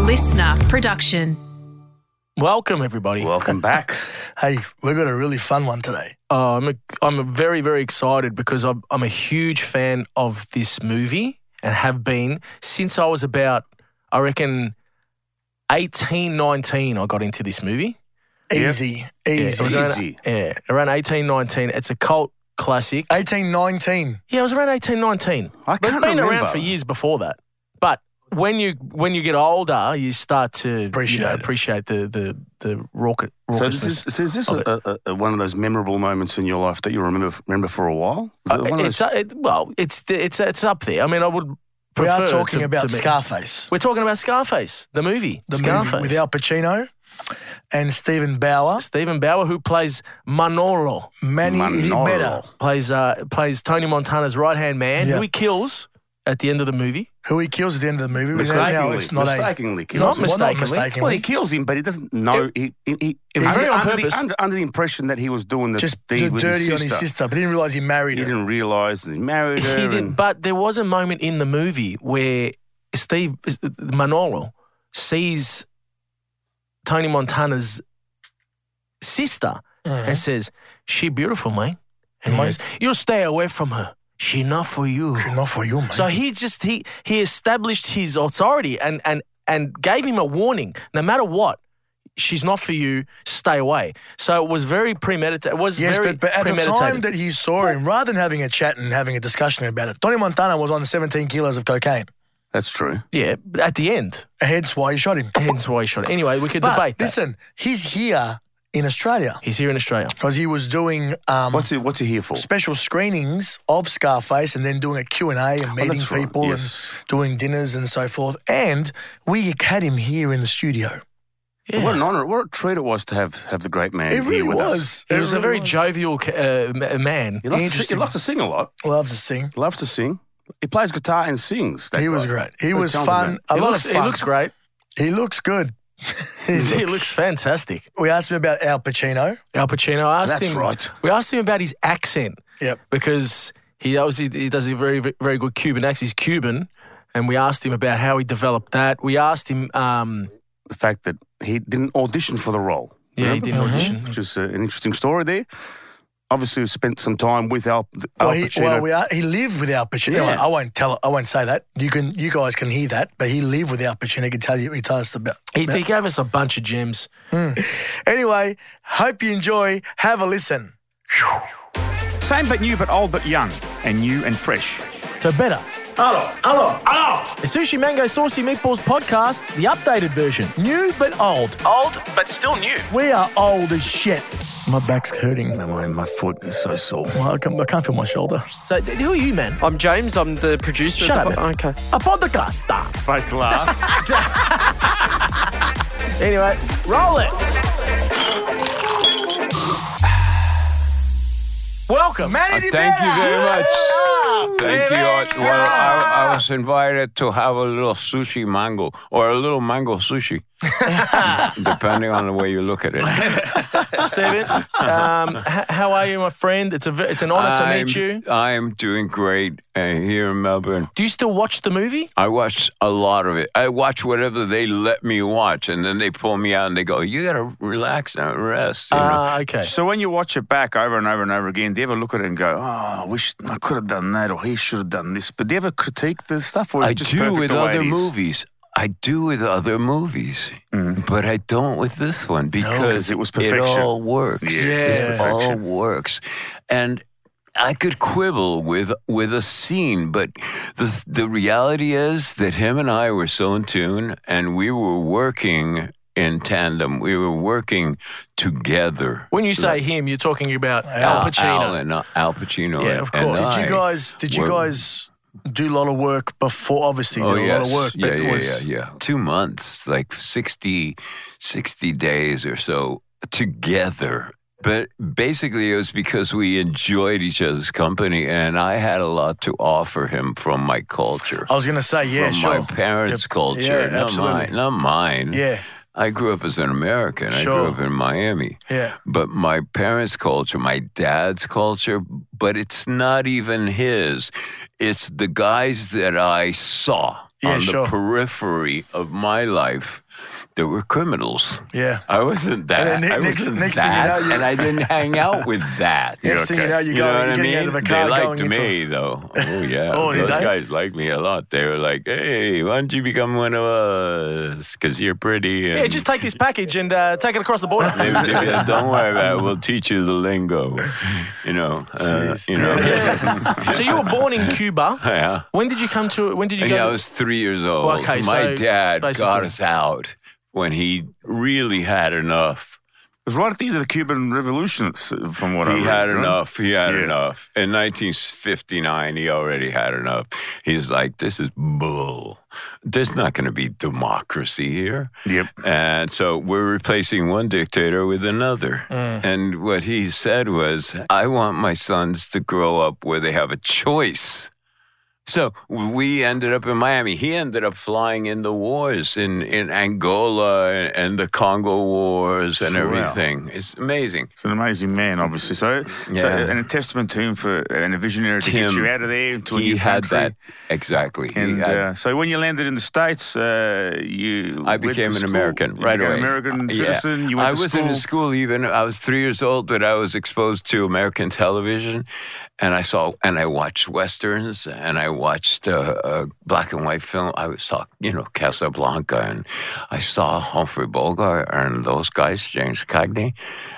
listener production. Welcome, everybody. Welcome back. Hey, we've got a really fun one today. Uh, I'm, a, I'm very, very excited because I'm, I'm a huge fan of this movie and have been since I was about, I reckon, 18, 19, I got into this movie. Yeah. Easy, Yeah, easy. it was around, Easy. yeah, around 18, 19. It's a cult classic. 1819. Yeah, it was around eighteen, nineteen. I But it's can't been around remember. for years before that. But when you when you get older, you start to Appreciate you know, it. appreciate the the the raucous, So raucousness. this is, so is this of a, a, a, one of those memorable moments in your life that you remember remember for a while? Is it Uh, one of it's those- uh, it, well, it's it's it's up there. I mean, I would. We Prefer are talking to- about to me- Scarface, We're talking about Scarface, the movie, the Scarface, movie with Al Pacino and Stephen Bauer. Stephen Bauer, who plays Manolo, Manny, it is Manolo. better. plays uh, plays Tony Montana's right hand man, who Yeah. he kills at the end of the movie. Who he kills at the end of the movie. We know now mistakenly, it's not a. mistakenly Not kills him. well, not mistakenly. mistakenly. Well, he kills him, but he doesn't know. he, he, he, It was under, very on under the- purpose. under, under the impression that he was doing the Just deed did with dirty his on his sister. sister, but didn't realize he married He her. didn't realise that he married her. He and- did, but there was a moment in the movie where Steve Manolo sees Tony Montana's sister Mm-hmm. and says, "She beautiful, mate." And he Mate. goes, "You stay away from her. She not for you." Not for you, mate. So he just he he established his authority and and and gave him a warning. No matter what, she's not for you. Stay away. So it was very premeditated. It was Yes, very but, but at the premeditated. time that he saw him, rather than having a chat and having a discussion about it, Tony Montana was on 17 kilos of cocaine. That's true. yeah, at the end. Hence why he shot him. Hence why he shot. it. Anyway, we could But debate. That. listen, he's here in Australia He's here in Australia. because he was doing um, What's he, what's he here for? special screenings of Scarface and then doing a Q&A and meeting that's right, people yes. and doing dinners and so forth. And we had him here in the studio. Yeah. What an honour, what a treat it was to have, have the great man It here really with us. was. He was a really very jovial ca- uh, m- man. He loves, to, sing- he Interesting. loves to sing a lot. Love to sing. Loves to sing. He plays guitar and sings. that He was guy. great. He What a was talented fun. man. A he lot looks, of He fun. looks great. He looks good. He he looks- looks fantastic. we asked him about Al Pacino. Al Pacino asked That's him. right. We asked him about his accent Yep. because he obviously he does a very very good Cuban accent. He's Cuban, and we asked him about how he developed that. We asked him. Um, The fact that he didn't audition for the role. yeah, he Remember? did an audition. Which is uh, an interesting story there. Obviously, we spent some time with Al, Al Well, he, Pacino. well, we are, he lived with Al Pacino. Yeah. Anyway, I won't tell. I won't say that. You can. You guys can hear that. But he lived with Al Pacino. He can tell you. He told us about. He, he gave us a bunch of gems. Anyway, hope you enjoy. Have a listen. Same but new, but old but young, and new and fresh. So better. The Sushi Mango Saucy Meatballs podcast, the updated version. New but old. Old, but still new. We are old as shit. My back's hurting. my, my foot is so sore. Well, I can't, I can't feel my shoulder. So, th- who are you, man? I'm James. I'm the producer. Shut of up, the man. Okay. A podcaster. Fake laugh. Anyway, roll it. Welcome. Man, Uh, thank you very much. Thank you. I, well, I, I was invited to have a little sushi mango or a little mango sushi, depending on the way you look at it. Stephen, um, h- how are you, my friend? It's a v- it's an honor to I'm, meet you. I'm doing great uh, here in Melbourne. Do you still watch the movie? I watch a lot of it. I watch whatever they let me watch, and then they pull me out and they go, "You gotta relax and rest." You know? Ah, okay. so when you watch it back over and over and over again, do you ever look at it and go, "Oh, I wish I could have done that, or he should have done this"? But do you ever critique the stuff, or is I it just do perfect with the way other it is? movies. I do with other movies, but I don't with this one because it was It perfection. all works. Yes, it's it all perfection. works, and I could quibble with with a scene, but the the reality is that him and I were so in tune, and we were working in tandem. We were working together. when you say him, you're talking about Ah, Al Pacino. Al, and, Al Pacino. Yeah, of and course. I did you guys? Did you were- Oh, guys do a lot of work before? Obviously, you did a lot of work. yeah, but yeah, was, yeah, yeah. Two months, like 60, 60 days or so together. But basically, it was because we enjoyed each other's company, and I had a lot to offer him from my culture. I was gonna say yeah, from sure. my parents' Yep. culture, Yeah, not absolutely. mine. Not mine. Yeah, I grew up as an American. I Sure. grew up in Miami. yeah. But my parents' culture, my dad's culture, but it's not even his. It's the guys that I saw. Yeah, on sure. the periphery of my life that were criminals. Yeah. I wasn't that. And then I next- wasn't next thing you that, know, you- and I didn't hang out with that. Next thing you know, you go- know you're what I getting mean? out of a car They liked going into- me though. Oh yeah, Oh, did those they? guys liked me a lot. They were like, "Hey, why don't you become one of us? Because you're pretty." And Yeah, just take this package and uh, take it across the border. They- they- they- don't worry about it. We'll teach you the lingo. You know. Uh, you know. so you were born in Cuba. yeah. When did you come to? When did you Yeah, I go? was three years old. Well, okay, My so dad got basically- us out when he really had enough. was right at the end of the Cuban Revolution, it's- from what I He read. had right? enough. He had Yeah. enough. In 1959, he already had enough. He's like, this is bull. There's not going to be democracy here. Yep. And so we're replacing one dictator with another. Mm. And what he said was, I want my sons to grow up where they have a choice. So we ended up in Miami. He ended up flying in the wars in, in Angola and, and the Congo wars and Wow. everything. It's amazing. It's an amazing man, obviously. So, so Yeah. and a testament to him for and a visionary to get Tim, you out of there into a he new had country. that exactly. He And had- uh, so when you landed in the states, uh, you I went to became an school. American You right became away. An American Uh, yeah. citizen. You went I to was school. in school even. I was three years old, but I was exposed to American television, and I saw and I watched westerns and I watched uh, uh, black and white film. I saw you know Casablanca, and I saw Humphrey Bogart and those guys, James Cagney,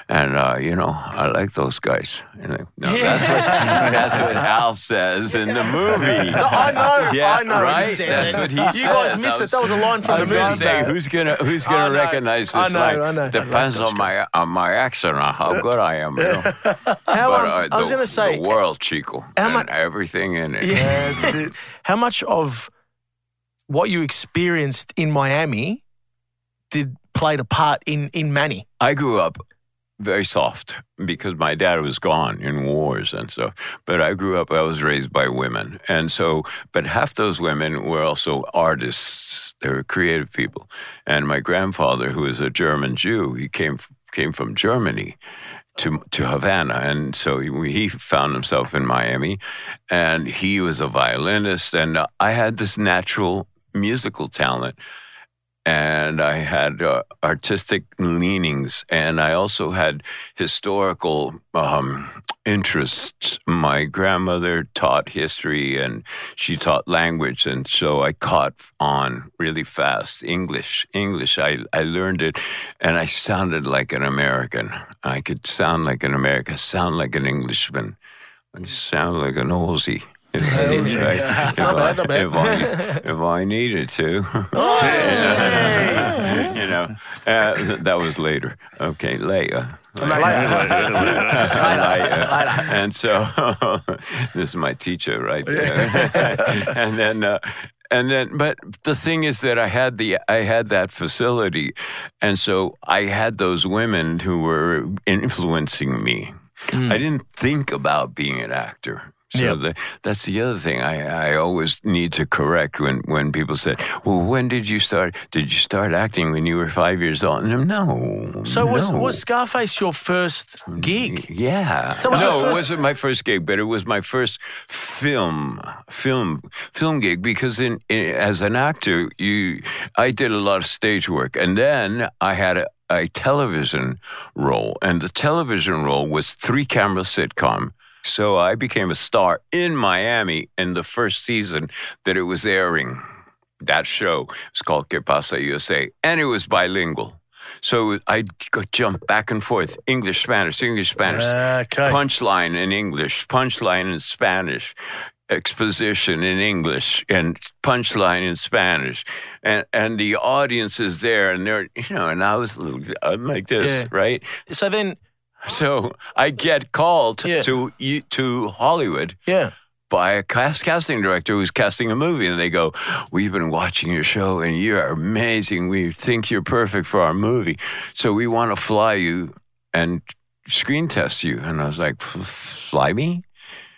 and uh, you know I like those guys. And I- no, that's what that's what Al says in the movie. No, I know. Yeah, I know. right? He says That's it. what he You guys says. missed I it. That was a line I from the was going movie. to say who's gonna who's I gonna know. recognize this I know, line. I know. I like Depends on my on my accent on how good I am. You know? but, uh, How, um, I was the- going to say, the world, Chico, How and much- everything in it. Yeah, How much of what you experienced in Miami did played a part in in Manny? I grew up very soft because my dad was gone in wars and stuff. But I grew up, I was raised by women. And so, but half those women were also artists, they were creative people. And my grandfather, who was a German Jew, he came, came from Germany. To, to Havana. And so he, he found himself in Miami and he was a violinist. And I had this natural musical talent and I had uh, artistic leanings, and I also had historical um, interests. My grandmother taught history, and she taught language, and so I caught on really fast. English, English, I, I learned it, and I sounded like an American. I could sound like an American, sound like an Englishman, I sound like an Aussie. If, if, I, if, I, if, I, if I needed to. you know, uh, th- that was later. Okay, later. Later. And so this is my teacher right there. and then uh, and then but the thing is that I had the I had that facility and so I had those women who were influencing me. I didn't think about being an actor. So the, that's the other thing I, I always need to correct when, when people say, well, when did you start? Did you start acting when you were five years old? And I'm, no. So was no. was Scarface your first gig? Yeah. So was your no, it first- wasn't my first gig, but it was my first film, film, film gig. Because in, in as an actor, you, I did a lot of stage work, and then I had a, a television role, and the television role was three camera sitcom. So I became a star in Miami in the first season that it was airing. That show It's called Que Pasa USA, and it was bilingual. So I jump back and forth, English, Spanish, English, Spanish Okay. punchline in English, punchline in Spanish, exposition in English, and punchline in Spanish, and and the audience is there, and they're you know, and I was I'm like this, Yeah. right? So then, So I get called Yeah. to you to Hollywood yeah. by a cast casting director who's casting a movie, and they go, "We've been watching your show, and you're amazing. We think you're perfect for our movie, so we want to fly you and screen test you." And I was like, "F- "Fly me?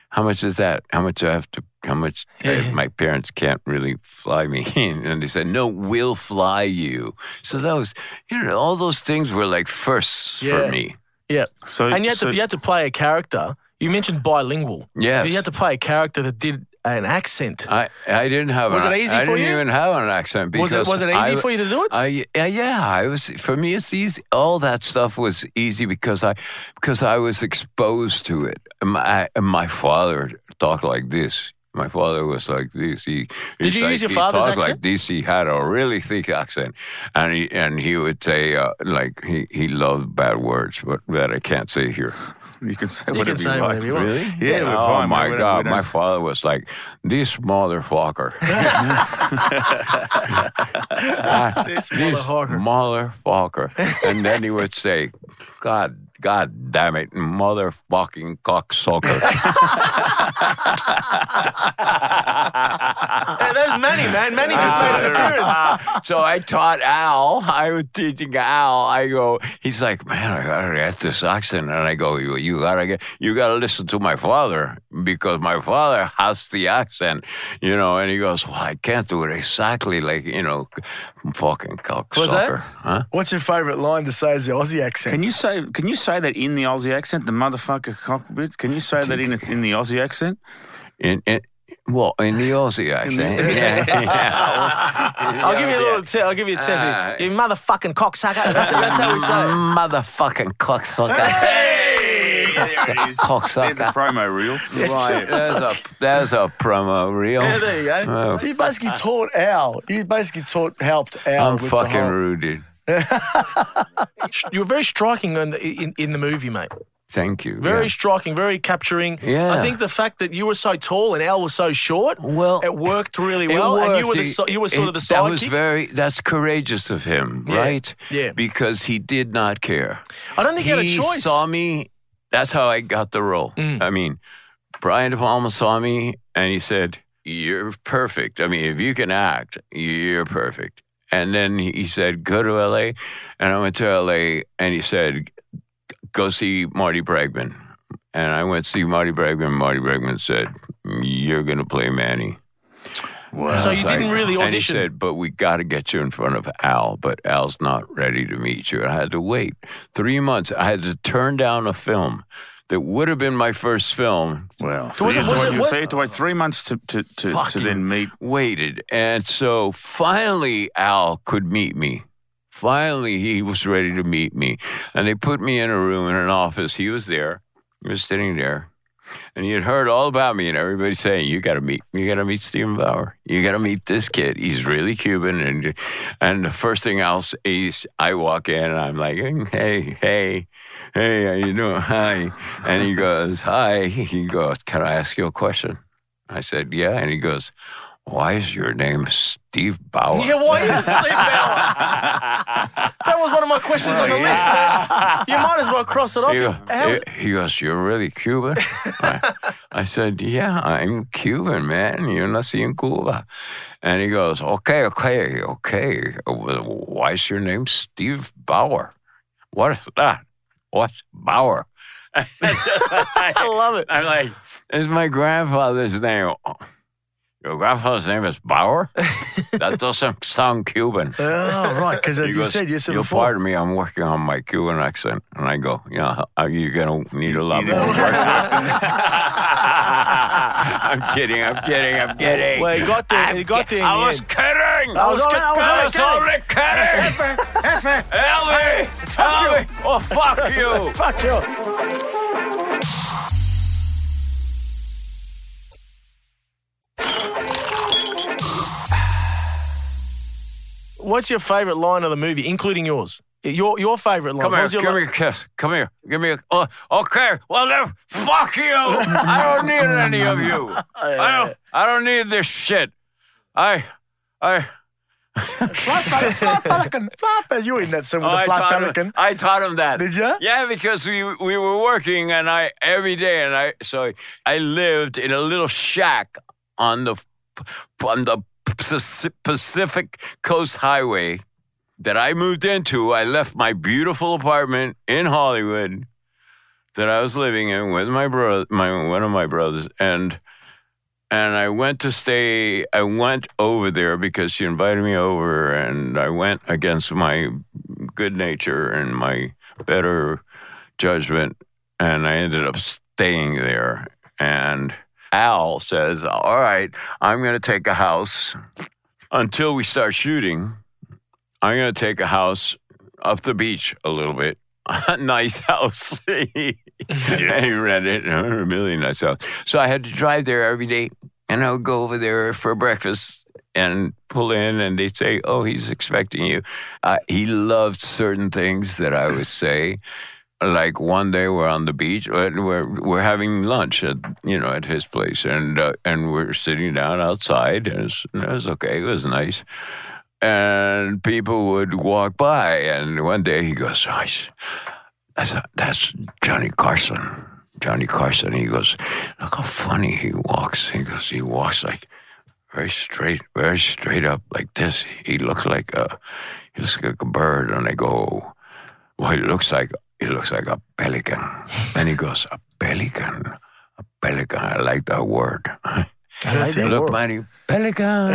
How much is that? How much do I have to? How much? I- my parents can't really fly me." and they said, "No, we'll fly you." So that was, you know, all those things were like firsts Yeah. for me. Yeah. So, And you had so to you had to play a character. You mentioned bilingual. Yes. You had to play a character that did an accent? I, I didn't have Was an, it easy I for didn't you? even have an accent Was because it- was it easy I- for you to do it? I yeah, yeah I was for me it's easy all that stuff was easy because I because I was exposed to it my I- my father talked like this my father was like this he Did he's you use your he father's talked like accent? this he had a really thick accent and he and he would say uh, like he he loved bad words but that I can't say here You can say You can whatever say like. whatever you want. Really? Yeah, we're oh fine, my man. We don't- we God. don't- My father was like, this motherfucker. This this motherfucker. motherfucker. And then he would say, God, God damn it, motherfucking cocksucker. Hey, there's Manny, man. Manny just made an appearance. so I taught Al. I was teaching Al. I go, he's like, man, I gotta get this accent. And I go, you, you gotta get, you gotta listen to my father because my father has the accent, you know. And he goes, well, I can't do it exactly like, you know, fucking cocksucker. Was that- Huh? What's your favourite line to say is the Aussie accent? Can you say can you say that in the Aussie accent, the motherfucker cockpit? Can you say that in in the Aussie accent? In, in, well, in the Aussie accent. yeah, yeah. I'll give you a little tip. I'll give you a tip. Ah. you motherfucking cocksucker. That's, that's how we say it. Motherfucking cocksucker. There's a Cocksucker. promo reel. Right, there's a there's a promo reel. Yeah, there you go. Oh, You basically taught Al. You basically taught helped Al. I'm with fucking The whole, rooted. You were very striking in the, in, in the movie, mate. Thank you. Very yeah. striking, very capturing. Yeah. I think the fact that you were so tall and Al was so short, Well, it worked really It well. and you were worked. the It- so, you were sort of the it- That was sidekick. very that's courageous of him, Yeah, right? yeah. Because he did not care. I don't think he, had a choice. Mm. saw me. That's how I got the role. I mean, Brian De Palma saw me and he said, "You're perfect. I mean, if you can act, you're perfect." And then he said, "Go to L.A." And I went to L.A. and he said, "Go see Marty Bragman." And I went to see Marty Bragman. and Marty Bragman said, "You're going to play Manny." so I you was didn't like- really And he audition. said, "But we got to get you in front of Al, but Al's not ready to meet you." And I had to wait three months. I had to turn down a film that would have been my first film. Well, was you it- have was to wait- it- you what- say you have to wait three months to to, to, to Fucking- then meet. Waited, and so finally Al could meet me. Finally, he was ready to meet me, and they put me in a room in an office. He was there. He was sitting there. And he had heard all about me and everybody saying, You gotta meet you gotta meet Stephen Bauer. You gotta meet this kid. He's really Cuban and and the first thing I'll say is I walk in and I'm like, "Mm, Hey, hey, hey, how you doing? Hi. And he goes, Hi. He goes, Can I ask you a question? I said, Yeah. And he goes, Why is your name Steve Bauer? yeah, why is it Steve Bauer? that was one of my questions on the list, man. You might as well cross it off. He, You- go- how is- he- he goes, You're really Cuban? I, I said, Yeah, I'm Cuban, man. Yo nací en Cuba. And he goes, Okay, okay, okay. Why is your name Steve Bauer? What is that? What's Bauer? I love it. I'm like, It's my grandfather's name. "Oh, Your grandfather's name is Bauer? that doesn't sound Cuban. oh, right, because He you goes, said you said "You'll before. pardon me. I'm working on my Cuban accent, and I go, yeah, uh, you're gonna need a lot You more know, work. I'm kidding. I'm kidding. I'm kidding. Well, he got there. He got there. in I the was end. kidding. was kidding, I I was I only was only kidding. Elvie, Elvie, oh fuck you. Fuck you. What's your favourite line of the movie, including yours? Your your favourite line. Come What here, was your give li- me a kiss. Come here, give me a. Oh, okay, well then, fuck you. I don't need any of you. I don't. I don't need this shit. I, I. Flat pelican, flat pelican, flat pelican. You were in that scene with Oh, the flat taught pelican. Him, I taught him that. Did ya? Yeah, because we we were working and I every day and I so I lived in a little shack on the on the Paci- Pacific Coast Highway that I moved into. I left my beautiful apartment in Hollywood that I was living in with my brother, my one of my brothers, and and I went to stay. I went over there because she invited me over, and I went against my good nature and my better judgment, and I ended up staying there. And Al says, All right, I'm going to take a house until we start shooting. I'm going to take a house up the beach a little bit. A nice house. and he rented it, a really nice house. So I had to drive there every day and I would go over there for breakfast and pull in and they'd say, Oh, he's expecting you. Uh, he loved certain things that I would say like one day we're on the beach uh, and we're we're having lunch at you know at his place and uh, and we're sitting down outside and it's- and it was okay it was nice and people would walk by and one day he goes I s- that's, that's Johnny Carson Johnny Carson he goes look how funny he walks he goes he walks like very straight very straight up like this he looks like a he looks like a bird and I go well, he looks like he looks like a pelican. and he goes, a pelican, a pelican. I like that word. That's the Look, word. mighty pelicans.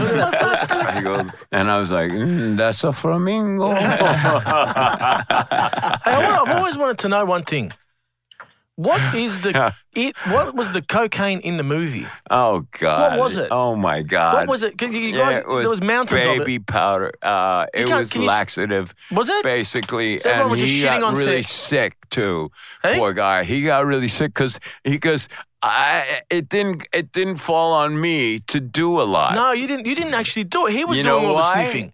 I go, and I was like, mm, that's a flamingo. Hey, I want, I've always wanted to know one thing. What is the it? What was the cocaine in the movie? oh God! What was it? Oh my God! What was it? 'Cause you guys, Yeah, there was mountains baby of it. powder. Uh, it can't- was can you s- laxative. Was it? basically, So everyone and was just he shitting got on really sick. sick too. Hey? Poor guy. He got really sick because he goes. I it didn't it didn't fall on me to do a lot. No, you didn't. You didn't actually do it. He was You doing know all the why? sniffing.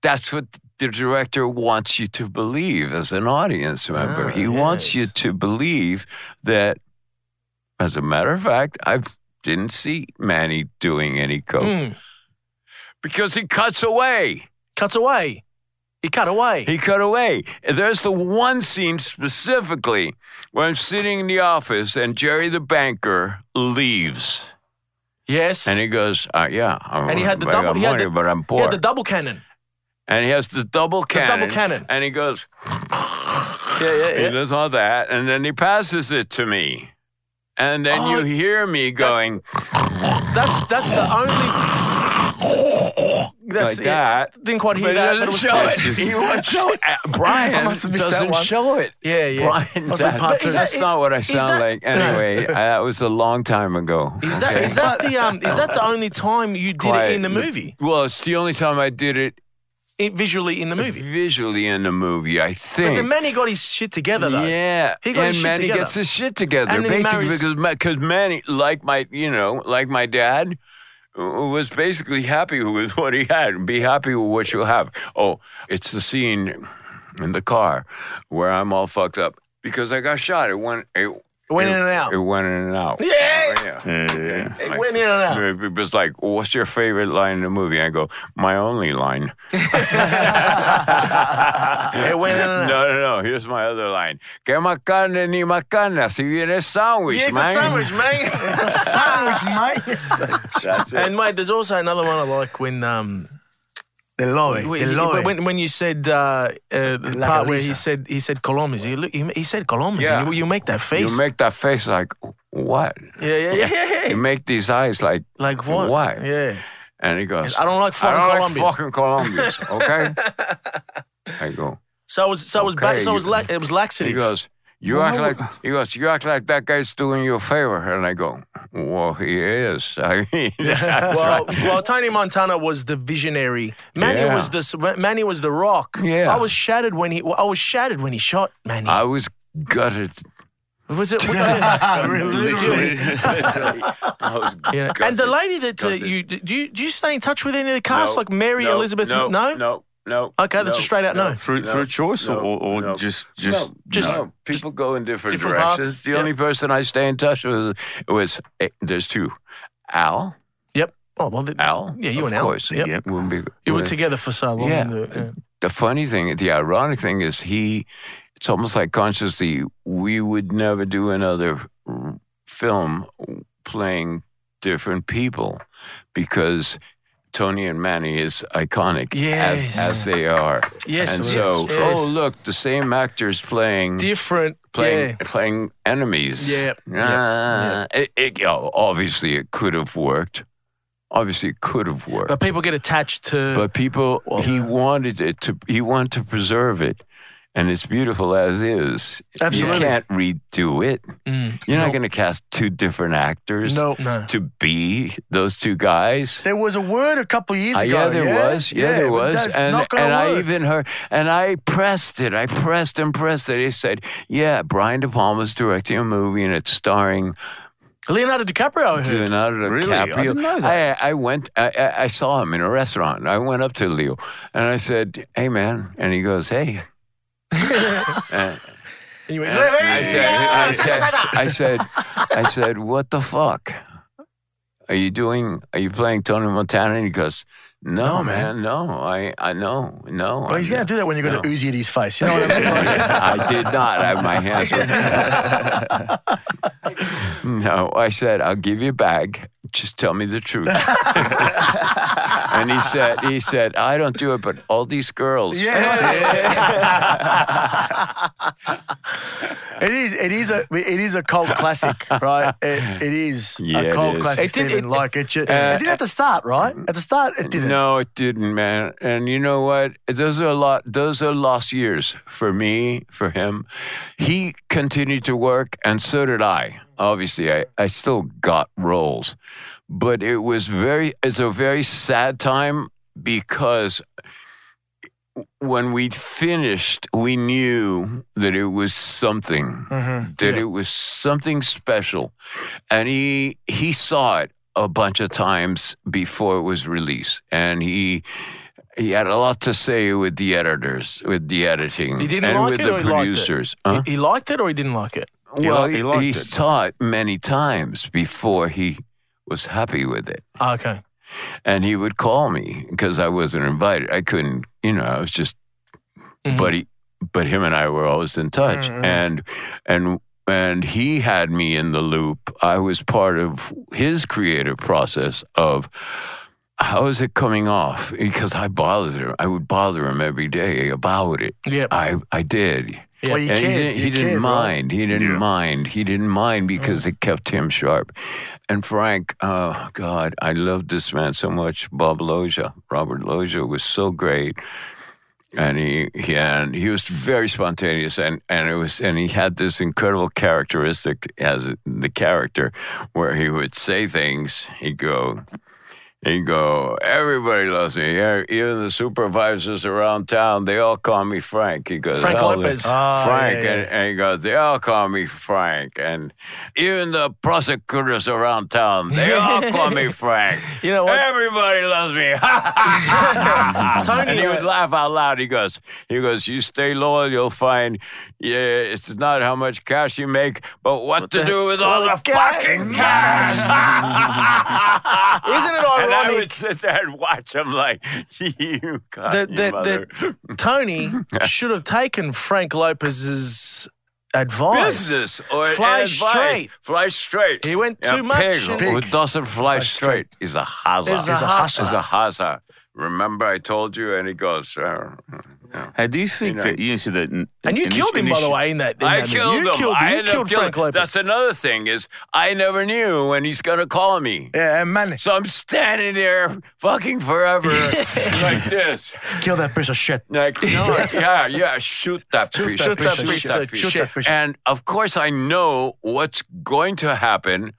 That's what the director wants you to believe as an audience member. Ah, he wants you yes. to believe that. As a matter of fact, I didn't see Manny doing any coke Mm. because he cuts away. Cuts away. He cut away. He cut away. There's the one scene specifically where I'm sitting in the office and Jerry the banker leaves. yes. And he goes, uh, Yeah, I'm And he had the I got double- he had money, the- but I'm he poor. had the double cannon. and he has the double cannon. cannon. And he goes, Yeah, yeah, He does all that. And then he passes it to me. And then Oh, you hear me going That's that's the only. That's like it. that. Didn't quite hear But he that. but doesn't was show close. it. He won't show it. Brian I must have missed that doesn't one. show it. Yeah, yeah. Brian, Must be that- part but two. is that- that's not what I is sound that- like. Anyway, I, that was a long time ago. Is that is okay? that the um is that the only time you did it in Quiet. the movie? Well, it's the only time I did it It, visually in the movie. visually in the movie. I But think. the Manny got his shit together though. Yeah, He got his and shit Manny together. gets his shit together, And then he basically marries- because because Manny, like my, you know, like my dad, w- was basically happy with what he had and be happy with what you have. Oh, it's the scene in the car where I'm all fucked up because I got shot. It went, it Went in and out. It went in and out. Yeah. yeah. Yeah. It went in and out. It was like, "What's your favorite line in the movie?" I go, "My only line." It went in and No, out. no, no. Here's my other line: "Que macana ni macana, si viene sandwich, Yeah, it's man." a sandwich, man. Sandwich, mate. That's it. and mate, there's also another one I like when um The lorry. The when lorry. when, when you said uh, uh the Like part where Elisa. he said he said Colombes. He, look- he, he said Colombes. Yeah. and You, you make that face. you make that face like what? yeah, yeah, yeah, yeah, yeah. You make these eyes like, Like what? Why? Yeah. and he goes, I don't like "I fucking don't like Colombians. fucking Colombians." Okay, I go. So it was so it was ba- Okay, so it was you- la- it was He laxative. goes, you act like he goes, you act like that guy's doing you a favor, and I go, well, he is. I mean, well, well, Tony Montana was the visionary. Manny Yeah. was the s- Manny was the rock. Yeah. I was shattered when he. I was shattered when he shot Manny. I was gutted. was it? Was it Literally. I was yeah. gutted. And the lady that uh, Gutted. you do you do you stay in touch with any of the cast No, like Mary no, Elizabeth? No, no? no, no. Okay, that's a straight out no. Through, No, through choice no, or, or no. just just Just- no, people go in different, different directions. paths, The yeah. only person I stay in touch with was eh, there's two, Al, Yep. Oh well. The, Al. Yeah, you of and Al. course. Yep. Yep. Wouldn't be- you were wouldn't- together for so long. Yeah. and, uh, yeah. the funny thing, the ironic thing is, he. It's almost like consciously we would never do another r- film playing different people because Tony and Manny is iconic Yes. as, as they are. Yes. and yes, so, yes. oh look, the same actors playing different. playing yeah. playing enemies. Yeah, Ah, It, it, you know, obviously, it could have worked. Obviously, it could have worked. But But, people get attached to. people, he wanted it to. He wanted to preserve it, and it's beautiful as is. Absolutely. You can't redo it. Mm. You're Nope. not going to cast two different actors No. No. to be those two guys. There was a word a couple of years Uh, ago. yeah, there was. Yeah, there but was. that's And not gonna and I work. even heard and I pressed it. I pressed and pressed it. He said, "Yeah, Brian De Palma's directing a movie and it's starring Leonardo DiCaprio. I heard. Leonardo Really? I DiCaprio." didn't know I, I went. I, I- I saw him in a restaurant. I went up to Leo and I said, "Hey, man," and he goes, "Hey." And- And you went, and I "Hey, said, I said, I said, I said, what the fuck? Are you doing? Are you playing Tony Montana? And he goes, No, man. no. I, I no, no. Well, he's I'm going to do that when you got an Uzi at his face. You know what I mean? Like, I did not. I have my hands. were- no, I said, I'll give you a bag. Just tell me the truth. and he said, he said, I don't do it, but all these girls. it is. It is a. It is a cult classic, right? It, it is Yeah, a it cult is. classic. It did- Stephen. it- like it. Should, uh, it did at the start, right? At the start, it didn't. No, it didn't, man. And you know what? Those are a lot. Those are lost years for me, for him. He continued to work, and so did I. Obviously, I, I still got roles, but it was very. It's a very sad time because when we finished, we knew that it was something. Mm-hmm. That it was something special, and he he saw it a bunch of times before it was released, and he he had a lot to say with the editors, with the editing, He didn't and like with it the or he liked it? producers. Uh-huh. Huh? He liked it or he didn't like it? He well, li- he liked he's it. taught many times before he was happy with it, Ah, okay. and he would call me because I wasn't invited. I couldn't, you know, I was just Mhm. but he, but him and I were always in touch, and and and he had me in the loop. I was part of his creative process of how is it coming off because I bothered him. I would bother him every day about it. Yep. I I did. Yeah. Well, you and kid, he didn't, you he didn't kid, right? mind. He didn't mind. He didn't mind because it kept him sharp. And Frank, oh God, I loved this man so much. Bob Loja, Robert Loja was so great. And he, he and he was very spontaneous and, and it was and he had this incredible characteristic as the character where he would say things, he'd go, he go, everybody loves me. Yeah, Even the supervisors around town, they all call me Frank. He goes, Frank "Oh, the- Lopez." Ah, Frank. yeah, yeah. And, and he goes, they all call me Frank. And even the prosecutors around town, they all call me Frank. You know what? Everybody loves me. Tony, and he would uh, laugh out loud. He goes, he goes, you stay loyal, you'll find. Yeah, it's not how much cash you make, but what, to do with all the fucking cash. Isn't it And I ironic would sit there and watch him like, you God, that, you that, mother. that Tony should have taken Frank Lopez's advice? business or fly advice. straight. Fly straight. He went Yeah, too much. pig Who doesn't fly straight is a hazard. Is a Is a hazard. hazard. Is a hazard. Remember, I told you, and he goes. uh, Hey, do you think know. that you should have, and And you killed him, by the way, in that. In I that killed you him. Killed, I you ended up killed killing- Frank Lopez. That's another thing is I never knew when he's gonna call me. Yeah, and man, So I'm standing there fucking forever like this. kill that piece of shit. Like, no, yeah, yeah, shoot that piece. that piece of piece, shit. that piece. Shoot that piece. And of course, I know what's going to happen.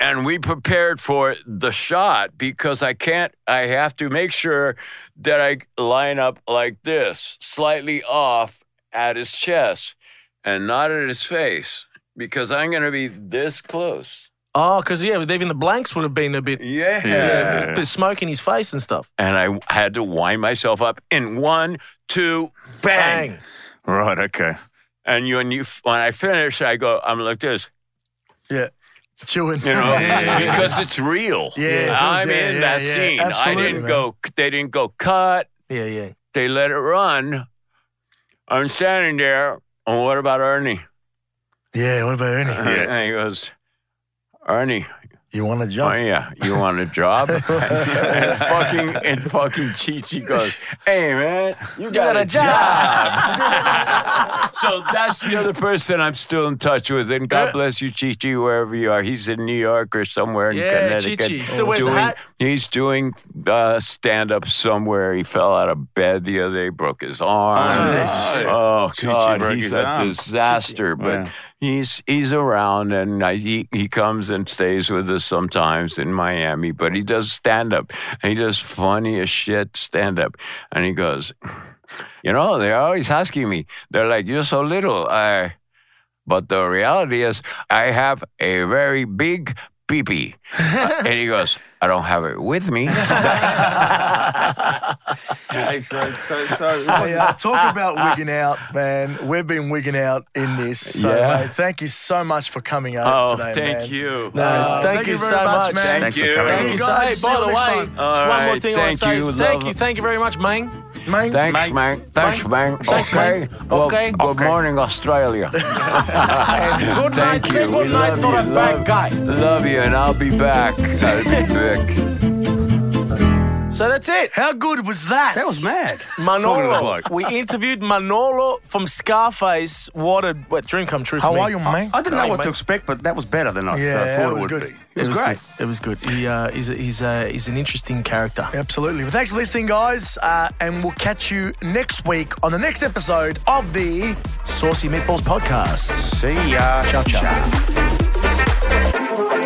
And we prepared for the shot because I can't, I have to make sure that I line up like this, slightly off at his chest and not at his face because I'm going to be this close. Oh, because yeah, even the blanks would have been a bit, Yeah. yeah, a bit- bit smoke in his face and stuff. And I had to wind myself up in one, two, bang. Bang. Right, okay. And you, when you when I finish, I go, I'm like this, Yeah, chewing. you know, because it's real. Yeah, it feels- I'm yeah, in yeah, that yeah. scene. Absolutely, I didn't man. go. They didn't go cut. Yeah, yeah. They let it run. I'm standing there. And what about Ernie? yeah. What about Ernie? Yeah. And he goes, Ernie, You want to Oh jump? yeah, you want a job? and, fucking and fucking Chichi goes, "Hey man, you got, a, job." so that's the other person I'm still in touch with, and God bless you, Chichi, wherever you are. He's in New York or somewhere in Yeah, Connecticut. Chi-Chi. Still wears the doing- hat. He's doing uh, stand up somewhere. He fell out of bed the other day, broke his arm. nice. Oh, Chi-Chi God, broke he's his a arm. disaster. But Yeah. he's he's around, and I, he he comes and stays with us sometimes in Miami. But he does stand up. He does funny as shit stand up, and he goes, you know, they're always asking me. They're like, you're so little. I. But the reality is, I have a very big pee pee. and he goes, I don't have it with me. Hey, so, so, so Hey, uh, talk about wigging out, man. We've been wigging out in this. So, Yeah. Oh, mate, thank you so much for coming over today, man. you. No, Uh, thank, you, so much, man. man. Thanks for you. coming. Thank you, you so guys. Hey, See by you the way, next just time. one more Alright, thing I want to thank say. you, is Thank love. you. Thank you very much, Mang. Mate, Thanks, man. Thanks, man. Thanks, okay. man. Well, Okay. Good morning, Australia. And good night. Thank Say you. good We night love to you. that bad Love- guy. Love you, and I'll be back. I'll be back. So that's it. How good was that? that was mad. Manolo. We interviewed Manolo from Scarface. What a what, dream come true for How me. are you, mate? I didn't know Hey, what mate. to expect, but that was better than I uh, Yeah, thought it it was would good. be. It It was, was, great. good. It was good. He, uh, he's, a, he's, a, he's an interesting character. Absolutely. Well, thanks for listening, guys, uh, and we'll catch you next week on the next episode of the Saucy Meatballs Podcast. See ya. Ciao Ciao. Ciao.